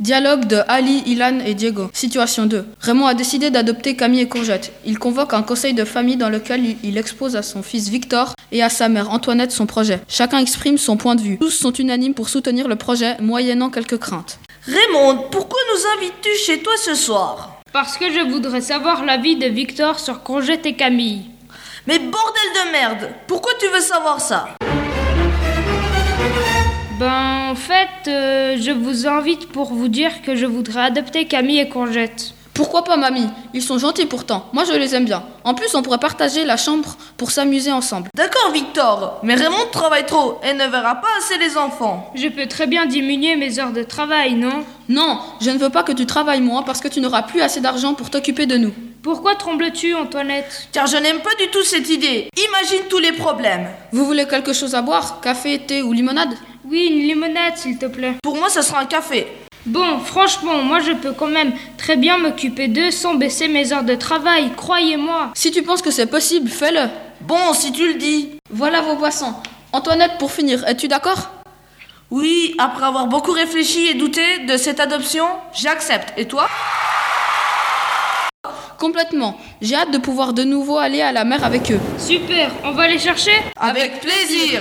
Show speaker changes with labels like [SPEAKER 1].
[SPEAKER 1] Dialogue de Ali, Ilan et Diego. Situation 2. Raymond a décidé d'adopter Camille et Courgette. Il convoque un conseil de famille dans lequel il- il expose à son fils Victor et à sa mère Antoinette son projet. Chacun exprime son point de vue. Tous sont unanimes pour soutenir le projet, moyennant quelques craintes.
[SPEAKER 2] Raymond, pourquoi nous invites-tu chez toi ce soir
[SPEAKER 3] Parce que je voudrais savoir l'avis de Victor sur Courgette et Camille.
[SPEAKER 2] Mais bordel de merde, pourquoi tu veux savoir ça
[SPEAKER 3] Ben, en fait, euh, je vous invite pour vous dire que je voudrais adopter Camille et Courgette.
[SPEAKER 1] Pourquoi pas, mamie Ils sont gentils pourtant. Moi, je les aime bien. En plus, on pourrait partager la chambre pour s'amuser ensemble.
[SPEAKER 2] D'accord Victor, mais Raymond travaille trop et ne verra pas assez les enfants.
[SPEAKER 3] Je peux très bien diminuer mes heures de travail, non
[SPEAKER 1] Non, je ne veux pas que tu travailles moins parce que tu n'auras plus assez d'argent pour t'occuper de nous.
[SPEAKER 3] Pourquoi trembles-tu, Antoinette
[SPEAKER 2] Car je n'aime pas du tout cette idée. Imagine tous les problèmes.
[SPEAKER 1] Vous voulez quelque chose à boire Café, thé ou limonade
[SPEAKER 3] Oui, une limonade, s'il te plaît.
[SPEAKER 2] Pour moi, ça sera un café.
[SPEAKER 3] Bon, franchement, moi je peux quand même très bien m'occuper d'eux sans baisser mes heures de travail, croyez-moi.
[SPEAKER 1] Si tu penses que c'est possible, fais-le.
[SPEAKER 2] Bon, si tu le dis.
[SPEAKER 1] Voilà vos boissons. Antoinette, pour finir, es-tu d'accord
[SPEAKER 2] Oui, après avoir beaucoup réfléchi et douté de cette adoption, j'accepte. Et toi
[SPEAKER 1] Complètement. J'ai hâte de pouvoir de nouveau aller à la mer avec eux.
[SPEAKER 3] Super, on va les chercher
[SPEAKER 2] Avec plaisir